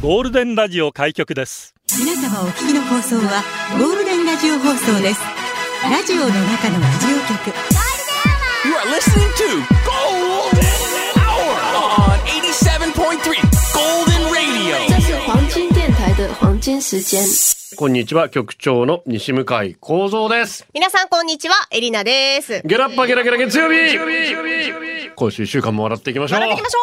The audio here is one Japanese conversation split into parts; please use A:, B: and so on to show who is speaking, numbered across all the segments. A: ゴールデンラジオ開局です
B: 皆様お聞きの放送はゴールデンラジオ放送ですラジオの中のラジオ局
C: You are listening to Golden Hour on 87.3 Golden Radio.
D: 这是黄金电台的黄金时间。
E: こんにちは、局長の西向井幸三です。
F: 皆さんこんにちは、エリナです。
E: ゲラッパゲラゲラ月曜日今週一週間も笑っていきましょう。
F: 笑っていきましょ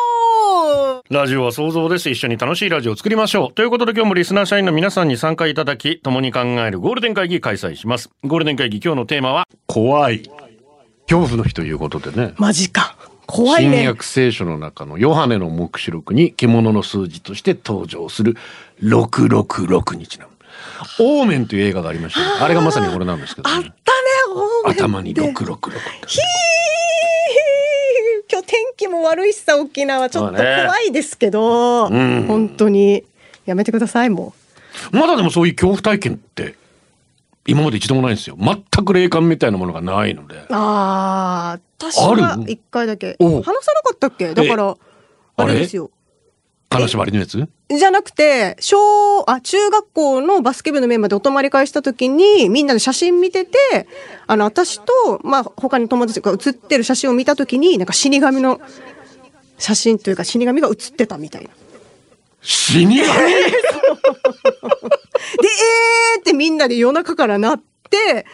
F: う
E: ラジオは想像です。一緒に楽しいラジオを作りましょう。ということで今日もリスナー社員の皆さんに参加いただき、共に考えるゴールデン会議開催します。ゴールデン会議今日のテーマは、怖い。恐怖の日ということでね。
F: マジか。怖い
E: 新
F: ね。
E: 約聖書の中のヨハネの目視録に獣の数字として登場する666にちなむ。オーメンという映画がありましたね、あれがまさにこれなんですけど、
F: あっ
E: ね
F: たね、オーメンって
E: 頭に
F: ひー
E: 666って。
F: 今日天気も悪いしさ、沖縄。ちょっと
E: そうね
F: 怖いですけど、
E: ん
F: 本当に。やめてください、も
E: まだでもそういう恐怖体験って今まで一度もないんですよ。全く霊感みたいなものがないので。
F: う。ああ、私
E: あ
F: は
E: る
F: 一回だけ。
E: お
F: 話さなかったっけだから、あれですよ。
E: 金縛りのやつ
F: じゃなくて、小、あ、中学校のバスケ部のメンバーでお泊まり会した時に、みんなで写真見てて、あの、私と、まあ、他の友達が写ってる写真を見た時に、なんか死神の写真というか死神が写ってたみたいな。で、
E: 死に神
F: えーってみんなで夜中からなって、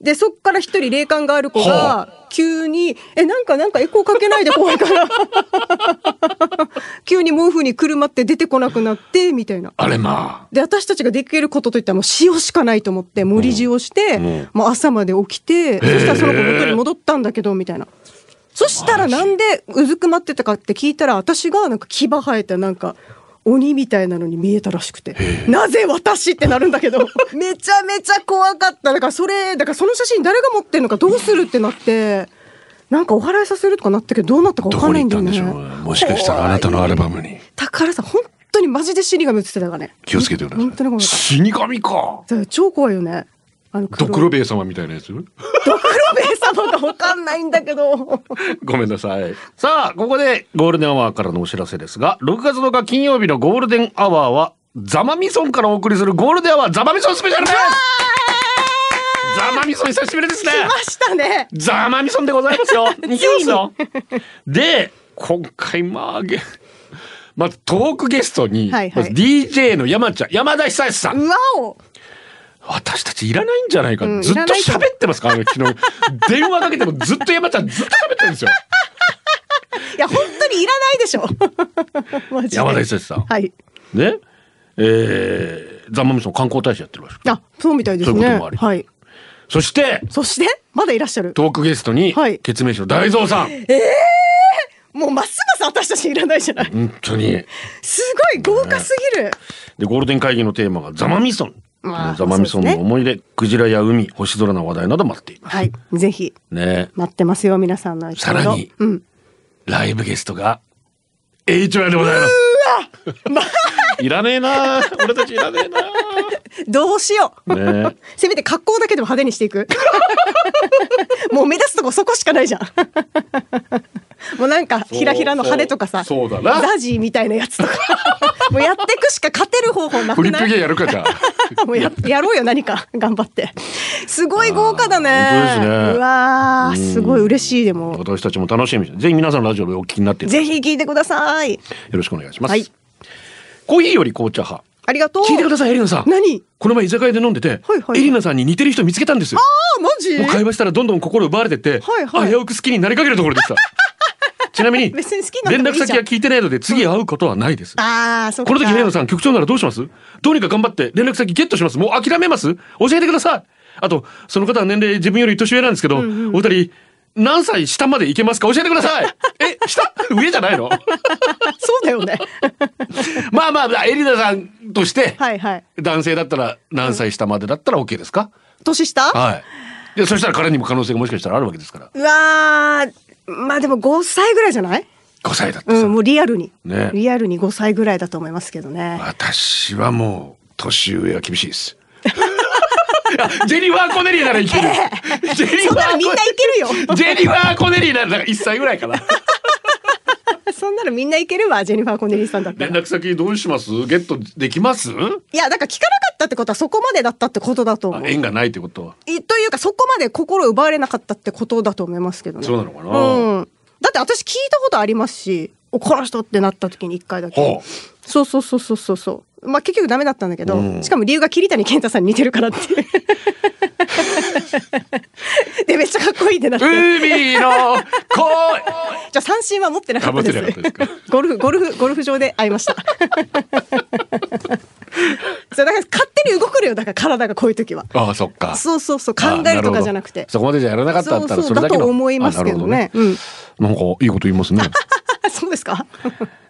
F: で、そっから一人霊感がある子
E: は
F: が、急に、え、なんかなんかエコーかけないで怖いから、 急に毛布にくるまって出てこなくなって、みたいな。
E: あれまあ。
F: で私たちができることといったらもう塩しかないと思って盛り塩をして、
E: うんうん
F: もう朝まで起きてそしたらその子元に戻ったんだけどみたいな。そしたらなんでうずくまってたかって聞いたら私がなんか牙生えたなんか鬼みたいなのに見えたらしくてなぜ私ってなるんだけど めちゃめちゃ怖かっただからそれだからその写真誰が持ってんのかどうするってなってなんかお祓いさせるとかなったけどどうなったか
E: ど
F: わか
E: こ
F: んな
E: に
F: い
E: 行
F: ん
E: っ
F: だ
E: た
F: よ
E: んで
F: ね
E: しょうもしかしたらあなたのアルバムに。
F: 宝さん本当にマジで死神映ってたからね
E: 気をつけてくだ
F: 本当
E: さ
F: に
E: い。
F: ごめんなさい
E: 死神か。
F: だから超怖いよね。あの
E: ドクロ
F: ベ
E: ベイ様みたいなやつ
F: 様がわかんないんだけど。
E: ごめんなさい。さあ、ここでゴールデンアワーからのお知らせですが、6月10日金曜日のゴールデンアワーは、ザマミソンからお送りするゴールデンアワーザマミソンスペシャルですザマミソン久しぶりですね
F: 来ましたね。
E: ザマミソンでございます よ。行きますよ。 で、今回まあ、げまずトークゲストに、
F: はいは
E: ま
F: い
E: ず DJ の山ちゃん、山田久志さん。
F: うわお。
E: 私たちいらないんじゃないか。
F: うん
E: ずっと
F: いらないと思う
E: 喋ってますから、昨 日。電話かけてもずっと山ちゃんずっと喋ってるんですよ。
F: いや、本当にいらないでしょ。 マジで
E: 山田久志さん。
F: はい。
E: ね、えー、ザ・マミソン観光大使やってるらしく
F: あ、そうみたいです
E: そういうこと
F: ね。
E: もあり
F: はい。
E: そして
F: そして、まだいらっしゃる。
E: トークゲストに、
F: はい
E: ケツメイシの大蔵さん
F: もうますます私たちいらないじゃない。
E: 本当に
F: すごい豪華すぎる。
E: でゴールデン会議のテーマが「ザ・マミソン」
F: まあ
E: ザ・マミソン
F: そうで
E: の
F: すね
E: 思い出、クジラや海星空の話題など待っています、
F: はい。ぜひ、
E: ね
F: 待ってますよ、皆さんのエピソード
E: さらに
F: うん。
E: ライブゲストが HY でございますいらねえな俺たちいらねえな
F: どうしよう。
E: ね
F: せめて格好だけでも派手にして いく。もう目立つとこそこしかないじゃん。もうなんかひらひらの羽とかさ、
E: そうそうそうだな
F: ザジーみたいなやつとか、 もうやっていくしか勝てる方法 な
E: フ
F: く
E: リッ
F: な
E: プゲー
F: い。
E: やるかじゃあ
F: もうややろうよ何か頑張って。すごい豪華だね。
E: あー本当ですね
F: うわーすごい嬉しいでも。
E: 私たちも楽しみにぜひ皆さんのラジオでお聞きになっていただい
F: ぜひ聞いてくださ
E: て
F: い。
E: よろしくお願いします、
F: はい
E: コーヒーより紅茶派
F: ありがとう。
E: 聞いてくださいエリナさん
F: 何？
E: この前居酒屋で飲んでて、
F: はいはい
E: エリナさんに似てる人見つけたんですよ
F: あマジ
E: もう？会話したらどんどん心奪われてって、
F: はいはい
E: 危うく好きになりかけるところ でしたちなみに
F: 別に好きに
E: 連
F: なっ
E: 絡
F: てもいいじ
E: 先
F: ゃん
E: は聞いてないので次会うことはないです、
F: ああそっか。
E: この時エリナさん局長ならどうしますどうにか頑張って連絡先ゲットしますもう諦めます教えてくださいあとその方は年齢自分より年上なんですけど、お二人何歳下まで行けますか教えてくださ いえ下上じゃないの
F: そうだよね。
E: まあまあエリナさんとして、
F: はいはい。
E: 男性だったら何歳下までだったら OK ですか、
F: 年下？
E: はい。で、そしたら彼にも可能性がもしかしたらあるわけですから。
F: うわーまあでも5歳ぐらいじゃない
E: 5歳だってさ、
F: うん、もうリアルに、
E: ね
F: リアルに5歳ぐらいだと思いますけどね。
E: 私はもう、年上は厳しいです。ジェニファー・コネリーならいけ る。ジェニフ
F: そん
E: ァ
F: なの
E: ー・
F: みん
E: コ
F: ないける よ
E: ジェニファー・コネリーなら1歳ぐらいかな。
F: そんなのみんないけるわジェニファー・コネリーさんだった
E: 連
F: ら
E: 絡先どうしますゲットできます
F: いやだから聞かなかったってことはそこまでだったってことだと思
E: あ
F: う
E: 縁がないってことは。
F: いというかそこまで心奪われなかったってことだと思いますけどね
E: そうなのかな
F: うん、だって私聞いたことありますしおこの人ってなった時に一回だけ、
E: ほ
F: そうそうそうそうそうそうまあ結局ダメだったんだけど、
E: うん
F: しかも理由が桐谷健太さんに似てるからって いうでめっちゃかっこいいってなって、
E: 海の声
F: じゃあ三振は持ってなかったです
E: あ持ってなかったです
F: ゴルフゴルフゴルフ場で会いました そうだから勝手に動くのよだから体がこういう時は
E: ああ、そっか。
F: そうそうそう考えるとかじゃなくて
E: あるほどそこまでじゃやらなかったんだったらそ
F: そうそ
E: れ
F: う
E: だけの
F: だと思いますけどね
E: あなるほどねなんかいいこと言いますね
F: あそうですか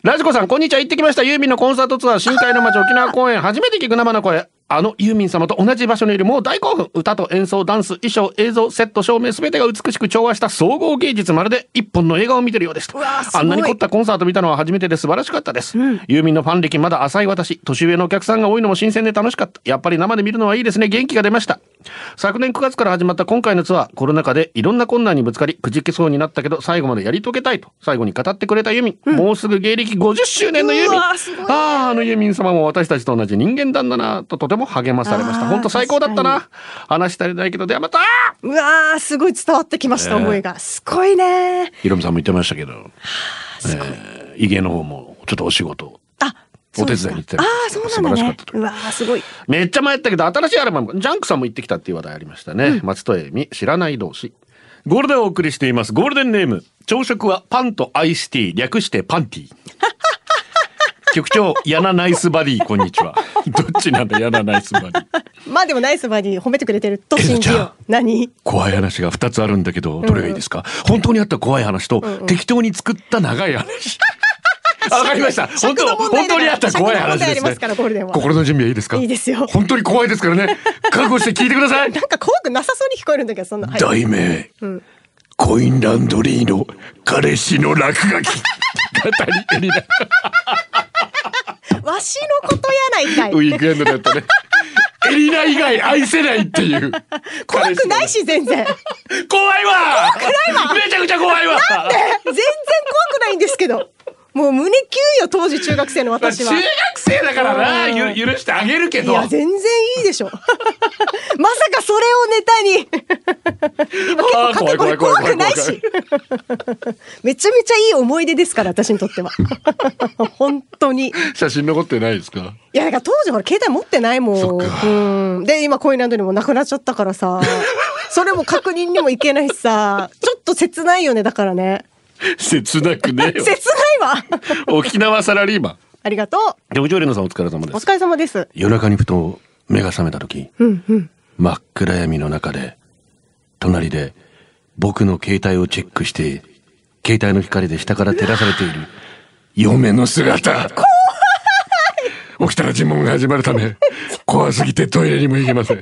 E: ラジコさんこんにちは行ってきましたユーミンのコンサートツアー深海の街沖縄公演初めて聞く生の声あのユーミン様と同じ場所にいるもう大興奮歌と演奏ダンス衣装映像セット照明全てが美しく調和した総合芸術まるで一本の映画を見てるようでした
F: うわすごい
E: あんなに凝ったコンサート見たのは初めてで素晴らしかったです、ユーミンのファン歴まだ浅い私年上のお客さんが多いのも新鮮で楽しかったやっぱり生で見るのはいいですね元気が出ました昨年9月から始まった今回のツアーコロナ禍でいろんな困難にぶつかりくじけそうになったけど最後までやり遂げたいと最後に語ってくれたユーミン、もうすぐ芸歴50周年のユーミン
F: うわすごい
E: あああのユーミン様も私たちと同じ人間なんだなととても励まされました
F: あー
E: 本当最高だったな話したりないけどではまた
F: うわーすごい伝わってきました、思いがすごいね
E: ヒロミさんも言ってましたけど、えー、イゲの方もちょっとお仕事
F: あ
E: お手伝いに行ってた
F: あ
E: り
F: あーそうなん
E: 素晴ら
F: だ
E: し
F: ね
E: かったという
F: うわーすごい
E: めっちゃ迷ったけど新しいアルバムジャンクさんも行ってきたっていう話題ありましたね、松戸恵美知らない同士ゴールデンをお送りしていますゴールデンネーム朝食はパンとアイスティー略してパンテ ィー局長ヤナナイスバディこんにちはどっちなんだヤナナイスバディ
F: まあでもナイスバディ褒めてくれてると信じ
E: えのちゃ
F: よ
E: ん
F: う何
E: 怖い話が2つあるんだけどどれがいいですか、本当にあった怖い話と、適当に作った長い 話あわかりました本当
F: 尺の問題
E: 本当にあった怖い話です
F: 尺の問題ありま
E: ね
F: すからゴールデンは
E: 心の準備はいいですか
F: いいですよ
E: 本当に怖いですからね覚悟して聞いてください
F: なんか怖くなさそうに聞こえるんだけどそんな、はい、
E: 題名、コインランドリーの彼氏の落書き語り手になる
F: わしのことやないかい
E: ウ ィークエンドだったねエリナ以外愛せないっていう
F: 怖くないし全然
E: 怖いわめちゃくちゃ怖いわ
F: 全然怖くないんですけどもう胸キュンよ当時中学生の
E: まあ
F: 私
E: 中
F: は
E: 学生だからなゆ許してあげるけ
F: い
E: ど
F: や全然いいでしょ まさかそれをネタに
E: あー
F: かこれ怖くない
E: 怖
F: し めちゃめちゃいい思い出ですから私にとっては 本当に
E: 写真残ってないですか
F: いやだから当時ほら携帯持ってないも
E: そ
F: ん
E: っか
F: うんで今コインランドリーもなくなっちゃったか らさそれも確認にも行けないしさちょっと切ないよねだからね
E: 切なくねえ
F: 切
E: よ
F: ないわ
E: 沖縄サラリーマン
F: ありがとう
E: 局長玲奈さんお疲れ様
F: お
E: です
F: 疲れ様です
E: 夜中にふと目が覚めた時
F: うんうん
E: 真っ暗闇の中で隣で僕の携帯をチェックして携帯の光で下から照らされている嫁の姿起きたら尋問が始まるため怖すぎてトイレにも行けません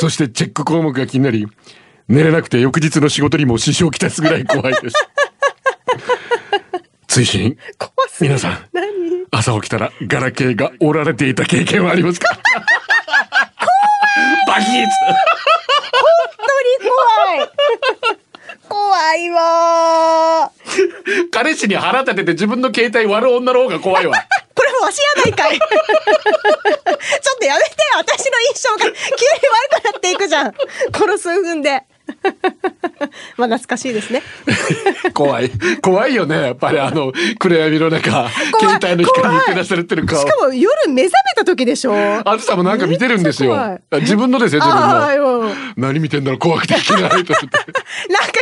E: そしてチェック項目が気になり寝れなくて翌日の仕事にも支障をきたすぐらい怖い です追伸
F: 怖すぎる
E: 皆さん
F: 何
E: 朝起きたらガラケーが折られていた経験はありますかバキッ
F: 本当に怖い怖いわー
E: 彼氏に腹立てて自分の携帯割る女の方が怖い わ
F: これもわしやないかいちょっとやめてよ私の印象が急に悪くなっていくじゃんこの数分でまあ懐かしいですね
E: 怖い怖いよねやっぱりあの暗闇の中
F: 怖い
E: 携帯の光に照らされてる顔
F: しかも夜目覚めた時でしょあ
E: あずさもなんか見てるんですよ
F: めっちゃ
E: あ自分のですよ自
F: あー
E: 分の
F: よなん
E: 何見てんだろう怖くて聞けないと思って
F: か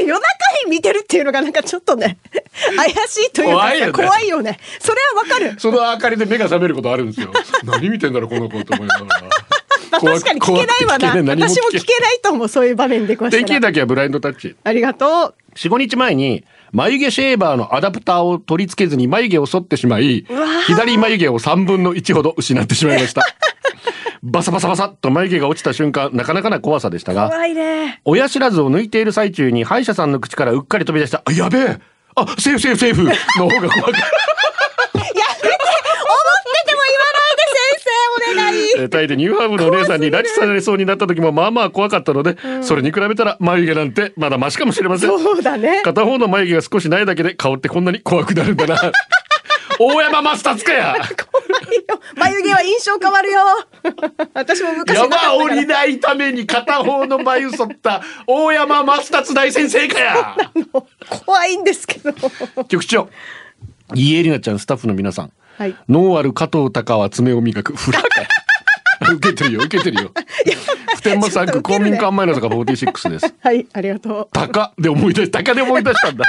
F: 夜中に見てるっていうのがなんかちょっとね 怪しいというか
E: 怖いよね
F: さ怖いよねそれはわかる
E: その明かりで目が覚めることあるんですよ何見てんだろうこの子と思いながら
F: まあ確かに聞けないわ
E: 怖
F: な
E: くて聞けない何も
F: 私も
E: 聞け
F: 聞けないと思うそういう場面で こう
E: 電
F: した
E: 気
F: ら
E: だけはブラインドタッチ
F: ありがとう
E: 45日前に眉毛シェーバーのアダプターを取り付けずに眉毛を剃ってしまい左眉毛を3分の1ほど失ってしまいま したバサバサバサっと眉毛が落ちた瞬間なかなかな怖さでしたが
F: 怖いね
E: 親知らずを抜いている最中に歯医者さんの口からうっかり飛び出した「あやべえあセーフセーフセーフ」の方が怖かった
F: やめて思ってても言わないで先生お願い
E: えータイでニューハーブのお姉さんに拉致されそうになった時もまあまあ怖かったので、それに比べたら眉毛なんてまだマシかもしれません
F: そうだ ね。
E: 片方の眉毛が少しないだけで顔ってこんなに怖くなるんだな大山マスタツカ や
F: 怖いよ。眉毛は印象変 わるよ。私も昔なかったから
E: 山降りないために片方の眉剃った大山マスタツ大先生か や
F: 怖いんですけど。
E: 局長家エリナちゃんスタッフの皆さん
F: はい。
E: ノーアル加藤隆は爪を磨く フラかい受けてるよ受けてるよ普天間産
F: ちょ
E: 区
F: っと
E: 公
F: 受ける
E: 民
F: ね
E: 館前の坂46です
F: はい、ありがと
E: 鷹で思い出し鷹で思い出したんだ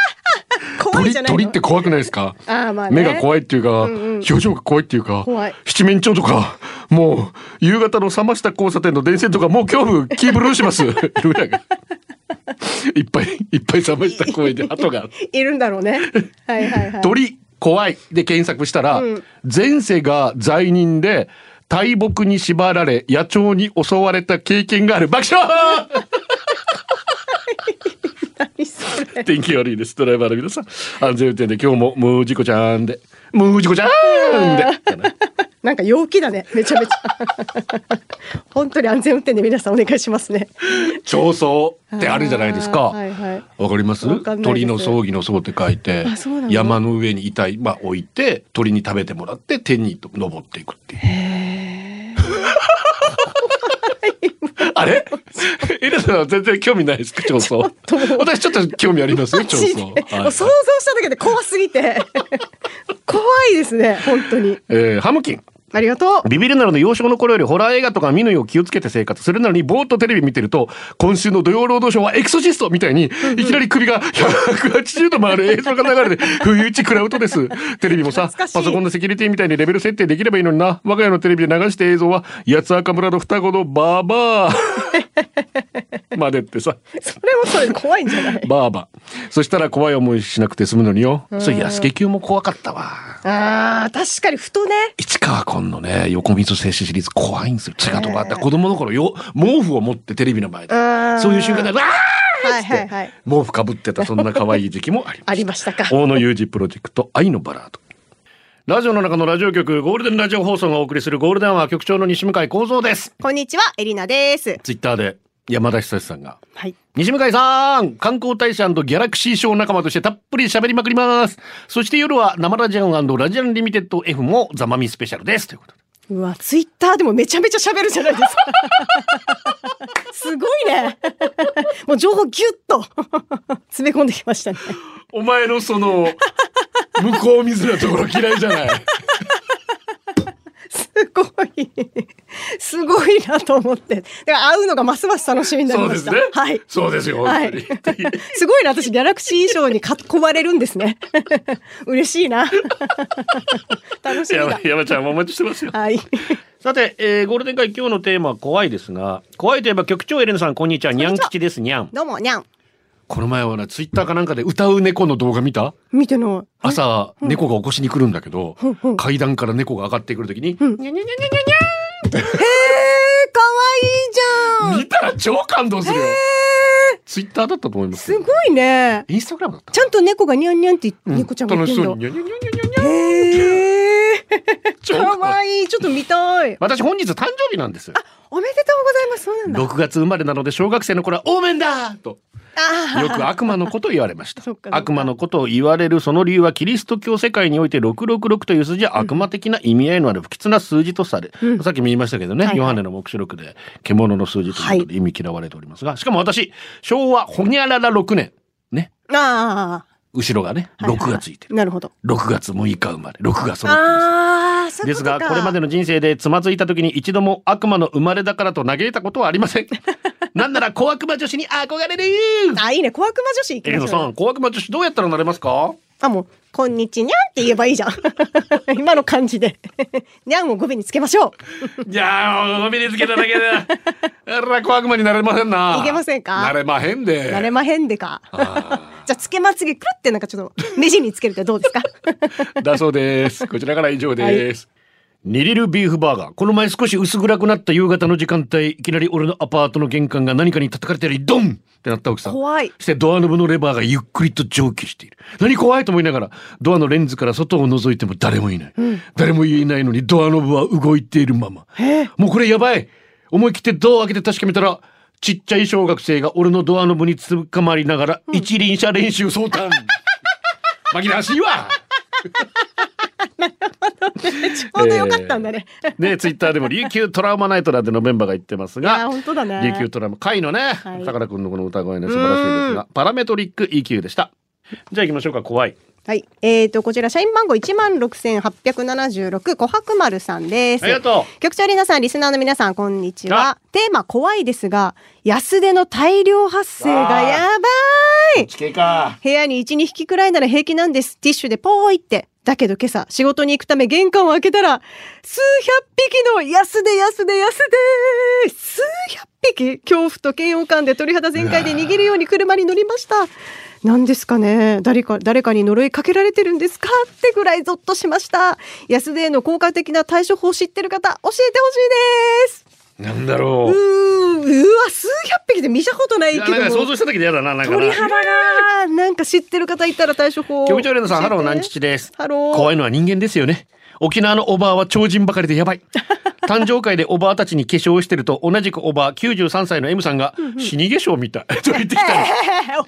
F: う。怖い
E: 鳥
F: じゃないの
E: 鳥って怖くないですか
F: あーまあね
E: 目が怖いっていうか、
F: んうん
E: 表情が怖いっていうか
F: 怖い
E: 七面鳥とかもう夕方の冷ました交差点の電線とかもう恐怖キーブルーします ルナがいっぱいいっぱい冷ました声 で鳩が
F: いるんだろうね。はいはいはい。
E: 鳥怖いで検索したら、
F: うん
E: 前世が罪人で大木に縛られ野鳥に襲われた経験がある爆笑
F: 何それ。
E: 天気悪いですドライバーの皆さん安全運転で今日もムージコちゃんでムージコちゃんで
F: なんか陽気だね。めちゃめちゃ。 本当に安全運転で皆さんお願いしますね。
E: 長宗ってあるじゃないですか。
F: あーはいはい
E: わかります
F: わかんないで
E: 鳥
F: す
E: の葬儀の葬って書いて
F: あそうなの
E: 山の上に遺体、まあ、置いて鳥に食べてもらって天に登っていくっていう。 あれエレさんは全然興味ないですか長宗
F: ちょっともう
E: 私ちょっと興味ありますよ
F: マ
E: 長
F: ジで
E: 宗
F: もう想像しただけで怖すぎて。 怖いですね。本当に。
E: えーハムキン
F: ありがとう。
E: ビビるなどの幼少の頃よりホラー映画とか見ぬよう気をつけて生活するなのにぼーっとテレビ見てると今週の土曜労働省はエクソシストみたいにいきなり首が180度回る映像が流れ て不意打ち食らうとですテレビもさ
F: 懐かしい
E: パソコンのセキュリティみたいにレベル設定できればいいのにな我が家のテレビで流した映像は八つ赤村の双子のバーバーまでってさ
F: それもそれで怖いんじゃ ない。
E: バーバーそしたら怖い思いしなくて済むのによそれ安家級も怖かったわ
F: ああ、確かにふとね。
E: 市川紺のね横溝静止シリーズ怖いんですよ血が止まった子供の頃よ毛布を持ってテレビの前で
F: うん
E: そういう瞬間で「わ
F: はい
E: ー
F: は
E: っ
F: い
E: つっ
F: はい
E: て。毛布かぶってたそんな可愛い時期もありま
F: あ
E: し
F: りましたか。
E: た大野裕二プロジェクト「愛のバラード」ラジオの中のラジオ局ゴールデンラジオ放送がお送りするゴールデンは局長の西向井光三です
F: こんにちは、エリナです。
E: ツイッターで山田久志さんが
F: はい。
E: 西向井さん観光大使ギャラクシー賞仲間としてたっぷり喋りまくりますそして夜は生ラジオンラジアンリミテッド F もザマミスペシャルですということで
F: うわ、ツイッターでもめちゃめちゃ喋るじゃない ですか。すごいね。もう情報ギュッと詰め込んできましたね。
E: お前のその向こう見ずなところ嫌いじゃない
F: すごい。すごいなと思って。だから会うのがますます楽しみになり
E: そう
F: ま
E: で
F: し
E: す
F: た。
E: ね
F: はい。
E: そうですよ
F: は
E: 本当
F: い
E: に、
F: すごいな私ギャラクシー賞に囲まれるんですね嬉しいな楽しみ
E: 山
F: だ
E: 山ちゃんもお待ちしてますよ
F: はい
E: さて、えーゴールデン会今日のテーマは怖いですが怖いといえば局長エレナさんこんにちはにゃん吉ですにゃん
F: どうもにゃん
E: この前はなツイッターかなんかで歌う猫の動画見た
F: 見てない
E: 朝猫が起こしに来るんだけど、
F: んうん
E: 階段から猫が上がってくるときに、
F: ん
E: にゃにゃにゃにゃに
F: へえ可
E: ゃ
F: 愛いいじゃん
E: 見たら超感動するよ、ツイッターだったと思いますけ
F: す
E: ど
F: ごいね
E: インスタグラムだった
F: ちゃんと猫がニャンニャンって
E: うん
F: 猫ちゃんが言っ
E: 楽し
F: てんだ
E: そうににゃにゃにゃにゃにゃにゃ
F: へえ
E: 超
F: 可愛いいちょっと見たい
E: 私本日誕生日なんです
F: おめでとうございますそうなんだ
E: 6月生まれなので小学生の頃はオーメンだと
F: あ
E: よく悪魔のことを言われました
F: そっかそっか
E: 悪魔のことを言われるその理由はキリスト教世界において666という数字は悪魔的な意味合いのある不吉な数字とされ、
F: うん
E: さっきも言いましたけどね、
F: はいはい
E: ヨハネの目視録で獣の数字ということで意味嫌われておりますが、しかも私昭和ほにゃらら6年ね
F: ああ
E: 後ろがね
F: あはいはい
E: 6がついてる、
F: なるほど
E: 6月6日生まれ6がその
F: ああそう
E: で
F: いうこ
E: す
F: とか
E: がこれまでの人生でつまずいた時に一度も悪魔の生まれだからと嘆いたことはありま せんなんなら小悪魔女子に憧れる
F: あいいね小悪魔女子行き
E: エリ
F: ま
E: ノ
F: しょ
E: さ
F: うん
E: 小悪魔女子どうやったらなれますか
F: あもうこんにちにゃんって言えばいいじゃん 今の感じで にゃんを語尾につけましょ
E: いやーおびにつけた だけであら小悪魔になれませんない
F: けませんか
E: なれまへん
F: う
E: で
F: なれまへんでか じゃあつけまつげくる ってなんかちょっと目地につけるってどうですか
E: だそうですこちらから以上です、ニリルビーフバーガー。この前少し薄暗くなった夕方の時間帯、いきなり俺のアパートの玄関が何かに叩かれたり、ドンってなった奥さん。
F: 怖い
E: そしてドアノブのレバーがゆっくりと蒸気している。何怖いと思いながら、ドアのレンズから外を覗いても誰もいない。誰もいないのにドアノブは動いているまま。もうこれやばい思い切ってドアを開けて確かめたら、ちっちゃい小学生が俺のドアノブにつかまりながら、一輪車練習相談。紛らわしいわ
F: ちょうどよかったんだね。
E: ね、ツイッターでも琉球トラウマナイトなんてのメンバーが言ってます
F: いや
E: が
F: ー、本当だね
E: 琉球トラウマ、回のね、
F: い
E: 高田君のこの歌声ね、素晴らしいですが、パラメトリック EQ でした。じゃあ行きましょうか、怖い。
F: はい、えー、とこちら社員番号一万六千八百七十六琥珀丸さんです。
E: ありがとう
F: 局長リナさん、リスナーの皆さん、こんにち
E: あ
F: は。テーマ怖いですが、安手の大量発生がやばい。
E: 地形か。
F: 部屋に1、2匹くらいなら平気なんです。ティッシュでポーイって。だけど今朝、仕事に行くため玄関を開けたら、数百匹の安で安で安で数百匹恐怖と嫌悪感で鳥肌全開で逃げるように車に乗りました。何ですかね誰か、誰かに呪いかけられてるんですかってぐらいゾッとしました。安でへの効果的な対処法知ってる方、教えてほしいです。
E: なんだろ
F: う
E: う。
F: ーん、うわ、数百匹で見たことない
E: い
F: け
E: や
F: ども。
E: なんか想像しただけで嫌だな、なんかな。
F: 鳥肌がなんか知ってる方いたら対処法
E: 局長レナさん、
F: 教
E: ハ
F: えて
E: ロー、なんちちです。
F: ハロー
E: 怖いのは人間ですよね。沖縄のおばあは超人ばかりでや ばい。誕生会でおばあたちに化粧をしてると、同じくおばあ93歳の M さんが、死に化粧みたい。 と言ってきたの。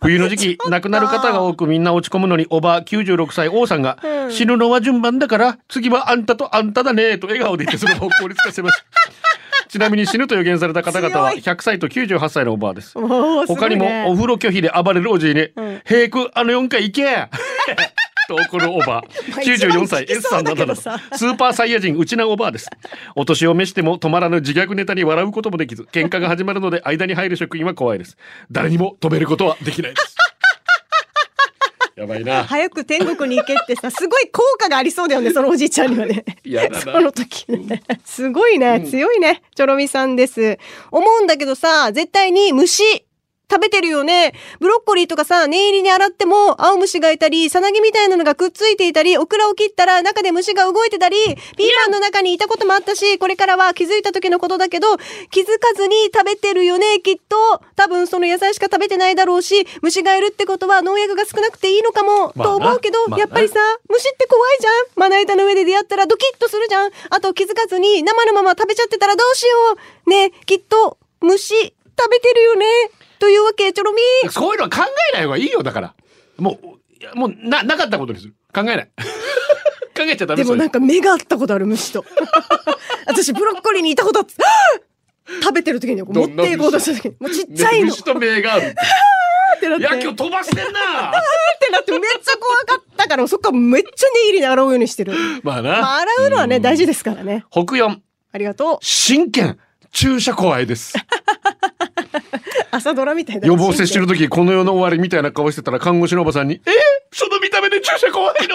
E: 冬の時期亡くなる方が多くみんな落ち込むのにおばあ96歳王さんが、死ぬのは順番だから次はあんたとあんただね」と笑顔で言ってその場を凍りつかせましたちなみに死ぬと予言された方々は100歳と98歳のおばあです
F: おーすご
E: 他
F: い
E: に
F: ね
E: もお風呂拒否で暴れるおじいに「平君あの4回行け! 」 と怒るおばあ94歳
F: 一番聞き
E: S さ
F: そ
E: ん
F: う
E: など
F: だ
E: な
F: けど
E: どス
F: さ
E: ーパーサイヤ人うちなおばあですお年を召しても止まらぬ自虐ネタに笑うこともできず喧嘩が始まるので間に入る職員は怖いです誰にも止めることはできないですやばいな
F: 早く天国に行けってさすごい効果がありそうだよねそのおじいちゃんにはね
E: やだな
F: そ の時ねすごいね強いねチョロミさんです思うんだけどさ絶対に虫食べてるよねブロッコリーとかさ念入りに洗っても青虫がいたりさなぎみたいなのがくっついていたりオクラを切ったら中で虫が動いてたりピーマンの中にいたこともあったしこれからは気づいた時のことだけど気づかずに食べてるよねきっと多分その野菜しか食べてないだろうし虫がいるってことは農薬が少なくていいのかも、
E: まあな
F: と思うけど、
E: まあな
F: やっぱりさ虫って怖いじゃんまな板の上で出会ったらドキッとするじゃんあと気づかずに生のまま食べちゃってたらどうしようねえきっと虫食べてるよねというわけちょろみー
E: そういうのは考えない方がいいよだからもういやもうななかったことにする考えない 考えちゃダメ
F: でも
E: それ
F: なんか目が合ったことある虫と 私ブロッコリーにいたこと あって食べてる時にこう持
E: ど
F: っ
E: んな
F: ていこうとした時にもうちっちゃい
E: ね
F: のっ
E: 虫と目が合うって
F: てなっ
E: い
F: て
E: や今日飛ばしてんな
F: ってなってめっちゃ怖かったからそっからめっちゃ念入りに洗うよう にしてる。
E: まあな、
F: まあ洗うのはね大事ですからね。
E: 北四
F: ありがとう。
E: 真剣注射怖いです
F: 朝ドラみたいだ
E: 予防接種の時この世の終わりみたいな顔してたら看護師のおばさんに「えその見た目で注射怖いの? 」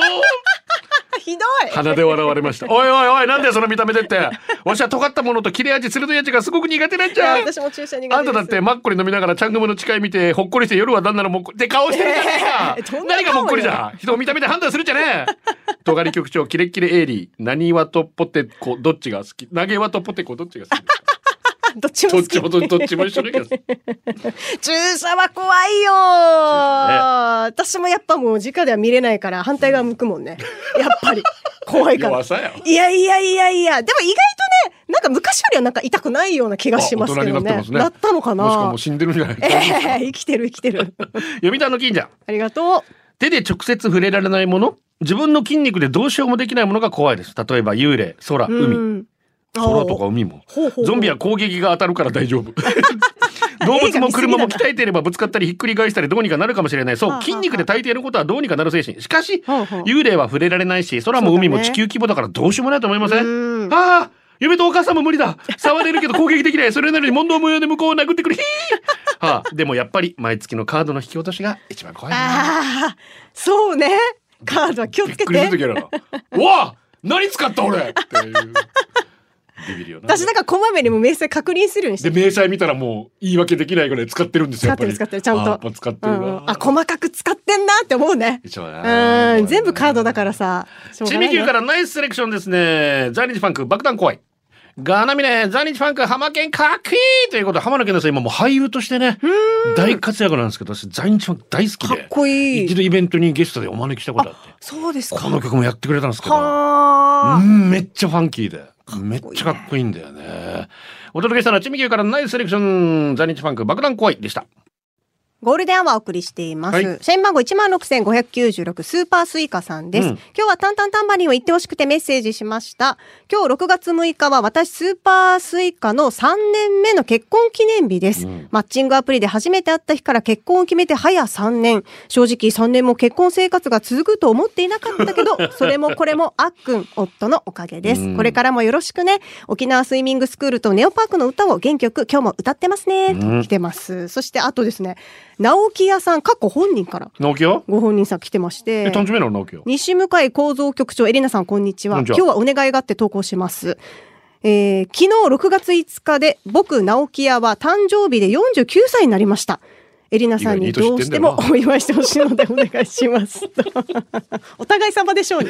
F: ひどい。
E: 鼻で笑われました「おいおいおいなんでその見た目でってわしは尖ったものと切れ味鋭い味がすごく苦手なんじ
F: いや
E: ゃん」
F: 私も注射苦手です。
E: あんただってマッコリ飲みながらチャングムの誓い見てほっこりして夜は旦那のもっこりって顔してるじゃないか、
F: えーどんな
E: 何
F: 顔よ
E: がもっこりだ人を見た目で判断するんじゃねえ尖り局長キレッキレエイリー何はとポテコどっちが好き投げはとポテコどっちが好 きですか
F: どっちも
E: ど
F: 好
E: っち
F: き。
E: もどどっちも一緒だけど
F: 注射は怖いよー。私もやっぱもう直では見れないから反対側向くもんね。やっぱり怖いか
E: 弱。
F: ら
E: さや
F: いやいやいやいや。でも意外とねなんか昔よりはなんか痛くないような気がしますけど
E: あ大人になって
F: ね。
E: ますね
F: なったのかな。
E: もしかもう死んでるんじゃないか、
F: ええ生きてる生きてる。
E: 読谷の金じゃん
F: ありがとう。
E: 手で直接触れられないもの自分の筋肉でどうしようもできないものが怖いです例えば幽霊空海
F: 海。
E: 空とか海も
F: ほうほうほう
E: ゾンビは攻撃が当たるから大丈 夫動物も車も鍛えていればぶつかったりひっくり返したりどうにかなるかもしれないそ
F: はあ
E: う
F: はあ
E: 筋肉で大抵のことはどうにかなる精神しかし
F: はあはあ
E: 幽霊は触れられないし空も海も
F: そうだね
E: 地球規模だからどうしようもないと思いません
F: うん
E: ああ嫁とお母さんも無理だ触れるけど攻撃できないそれなのに問答無用で向こうを殴ってくるひーはあでもやっぱり毎月のカードの引き落としが一番怖いな
F: ああ、そうね。カードは気をつ
E: び
F: け
E: っくりする
F: て。
E: 時あるな。うわ何使った俺っていう。ビビるよな。
F: 私だからこまめにも明細確認するようにして
E: で、
F: る
E: 明細見たらもう言い訳できないぐらい使ってるんですよ、
F: 使
E: やぱ
F: って
E: り
F: る使ってるちゃん
E: あやっぱ
F: と
E: 使って
F: う
E: る
F: ん
E: な。
F: あ細かく使ってんなって思うね
E: 一応な
F: うん全部カードだからさしょう
E: チ
F: が
E: ミ
F: ない
E: キューか
F: よ
E: らナイスセレクションですね。在日ファンク爆弾怖い。ガーナミネ、在日ファンク、浜県かっこいいということで、浜野健太さん今もう俳優としてね、大活躍なんですけど、私在日ファンク大好き
F: か
E: で。
F: っこい
E: 一
F: い
E: 度イベントにゲストでお招きしたことあって。
F: そうですか
E: この曲もやってくれたんですけど。う
F: はあ
E: んめっちゃファンキーで。めっちゃかっこいいんだよね。お届けしたのはチミキューからナイスセレクション、在日ファンク爆弾怖いでした。
F: ゴールデンアワーお送りしています、
E: はい
F: 社員番号16,596スーパースイカさんです、
E: うん
F: 今日はタンタンタンバリンを言ってほしくてメッセージしました今日6月6日は私スーパースイカの3年目の結婚記念日です、
E: うん
F: マッチングアプリで初めて会った日から結婚を決めて早3年正直3年も結婚生活が続くと思っていなかった けどそれもこれもあっくん夫のおかげです、
E: うん
F: これからもよろしくね沖縄スイミングスクールとネオパークの歌を原曲今日も歌ってますね、
E: うん
F: と来てますそしてあとですね直木屋さん過去本人から
E: 直樹よ
F: ご本人さん来てまし
E: え、
F: て
E: 誕生日なの直樹よ。
F: 西向井構造局長エリナさんこんにちは
E: こんにちは
F: 今日はお願いがあって投稿しますえー昨日6月5日で僕直木屋は誕生日で49歳になりましたエリナさん
E: 意
F: に
E: 外にいい
F: どう
E: 年し
F: してて
E: んだよ
F: も
E: な
F: お祝いしてほしいのでお願いします お互い様でし ょうに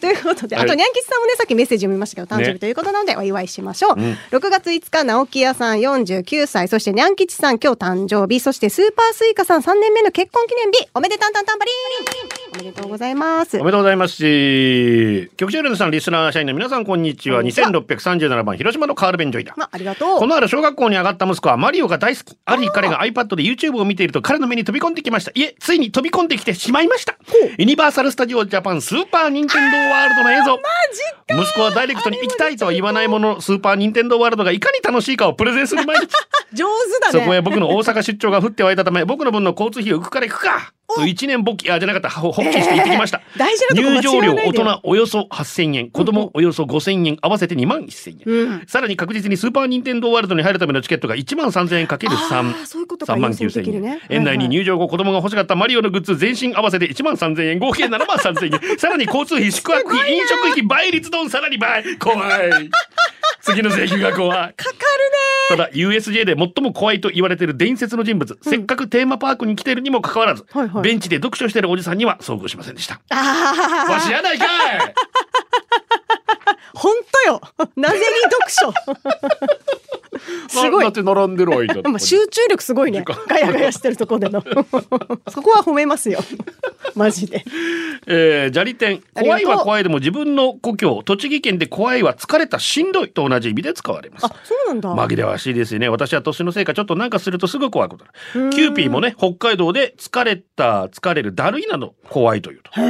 F: ということで、あ
E: は
F: と
E: い
F: にゃんきちさんもねさっきメッセージ読みましたけど誕生
E: ね
F: 日ということなのでお祝いしましょう、
E: うん
F: 6月5日直木屋さん49歳そしてにゃんきちさん今日誕生日そしてスーパースイカさん3年目の結婚記念日おめでたんたんたんばりーんおめでとうございます
E: おめでとうございますし、局長連さん、リスナー社員の皆さん、こんにちは。
F: こんにちは
E: 2637番、広島のカールベンジョイだ。
F: まあありがとう
E: この春、小学校に上がった息子はマリオが大好き。ある日、彼が iPad で YouTube を見ていると、彼の目に飛び込んできました。いえ、ついに飛び込んできてしまいました。ユニバーサル・スタジオ・ジャパン、スーパー・ニンテンドー・ワールドの映像。息子はダイレクトに行きたいとは言わないものの、スーパー・ニンテンドー・ワールドがいかに楽しいかをプレゼンする毎日。
F: 上手
E: そ
F: だ
E: こへ
F: ね
E: 僕の大阪出張が降って湧いたため、僕の分の交通費を浮くから行くかと一年勃起、あ、じゃなかった、ほ発起して行ってきました。
F: 大事なとこ間違
E: 入場料
F: わな
E: 大
F: いでよ
E: 人およそ8000円子供およそ5000円合わせて2万1000円、
F: うん
E: さらに確実にスーパーニンテンドーワールドに入るためのチケットが1万3000円かける
F: あ
E: 3
F: ーそういうことか
E: 3万
F: 優先でき
E: 9000
F: る
E: 円、
F: ね
E: 園内に
F: はい
E: 入場後子供が欲しかったマリオのグッズ全身合わせて1万3000円合計7万3000円 さらに交通費宿泊費飲食費倍率丼さらに倍怖 い次の請求が怖い
F: かかる
E: ただ USJ で最も怖いと言われている伝説の人物、せっかくテーマパークに来ているにもかかわらず、
F: はいはい
E: ベンチで読書しているおじさんには遭遇しませんでした
F: あ
E: わしやないかい
F: ーほんとよな ぜに読書 すごい
E: だって並んでる間
F: まあ集中力すごいねガヤガヤしてるとこでの そこは褒めますよマジで
E: えー、砂利店
F: ありが
E: 怖
F: とう
E: いは怖いでも自分の故郷栃木県で怖いは疲れたしんどいと同じ意味で使われます
F: あそうなんだ
E: 紛れわしいですよね私は年のせいかちょっとなんかするとすぐ怖くなるキューピーもね北海道で疲れた疲れるだるいなど怖いというと
F: へ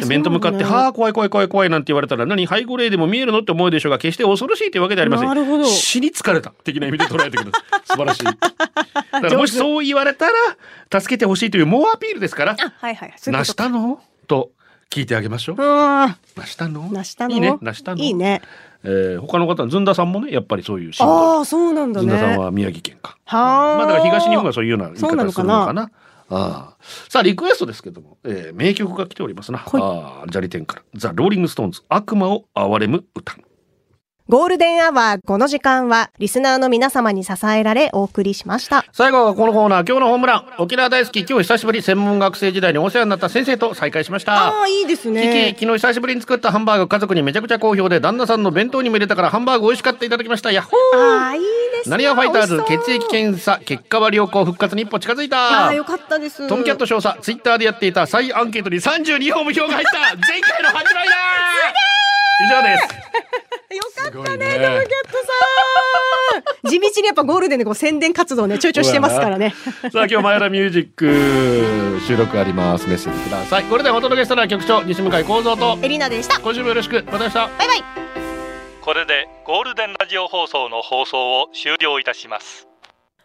F: え
E: 面と向かって「はあ怖い怖い怖い怖い」なんて言われたら何背後霊でも見えるのって思うでしょうが決して恐ろしいというわけではありません
F: なるほど
E: 死に疲れた的な意味で捉えてください 素晴らしいだからもしそう言われたら助けてほしいという猛アピールですから
F: あはいはいはい
E: 「なしたの?」と聞いてあげましょう
F: う。ん
E: なしたの
F: なしたの
E: いいねなしたの
F: いいね
E: えー他の方ずんださんもねやっぱりそういうしんど
F: ああそうなん
E: い
F: だ
E: ずん
F: ね
E: ださんは宮城県か
F: はあ
E: まあだから東日本がそういうような言い
F: そうな
E: 方
F: の
E: す
F: か
E: るの
F: な
E: かな。ああさあリクエストですけども、えー名曲が来ておりますな。
F: はい
E: ああ砂利店からザ・ローリング・ストーンズ悪魔を憐れむ歌。
F: ゴールデンアワーこの時間はリスナーの皆様に支えられお送りしました
E: 最後はこのコーナー今日のホームラン沖縄大好き今日久しぶり専門学生時代にお世話になった先生と再会しました。
F: ああいいです
E: キ
F: ね
E: キ昨日久しぶりに作ったハンバーグ家族にめちゃくちゃ好評で旦那さんの弁当にも入れたからハンバーグ美味しかったいただきましたヤッホー
F: ああいいです
E: ナリアファイターズ血液検査結果は良好復活に一歩近づい
F: あ
E: た
F: あよかったです
E: トムキャット少佐ツイッターでやっていた再アンケートに32票も票が入った前回の8倍だ以上です
F: よかった
E: すごいね
F: ねトムキャットさん地道にやっぱゴールデンでこう宣伝活動ねちょいちょいしてますからね
E: さあ今日前原ミュージック収録ありますメッセージくださいこれでお届けしたのは局長西向井光三と
F: エリナでした
E: 今週もよろしくまた明日
F: バイバイ
A: これでゴールデンラジオ放送の放送を終了いたします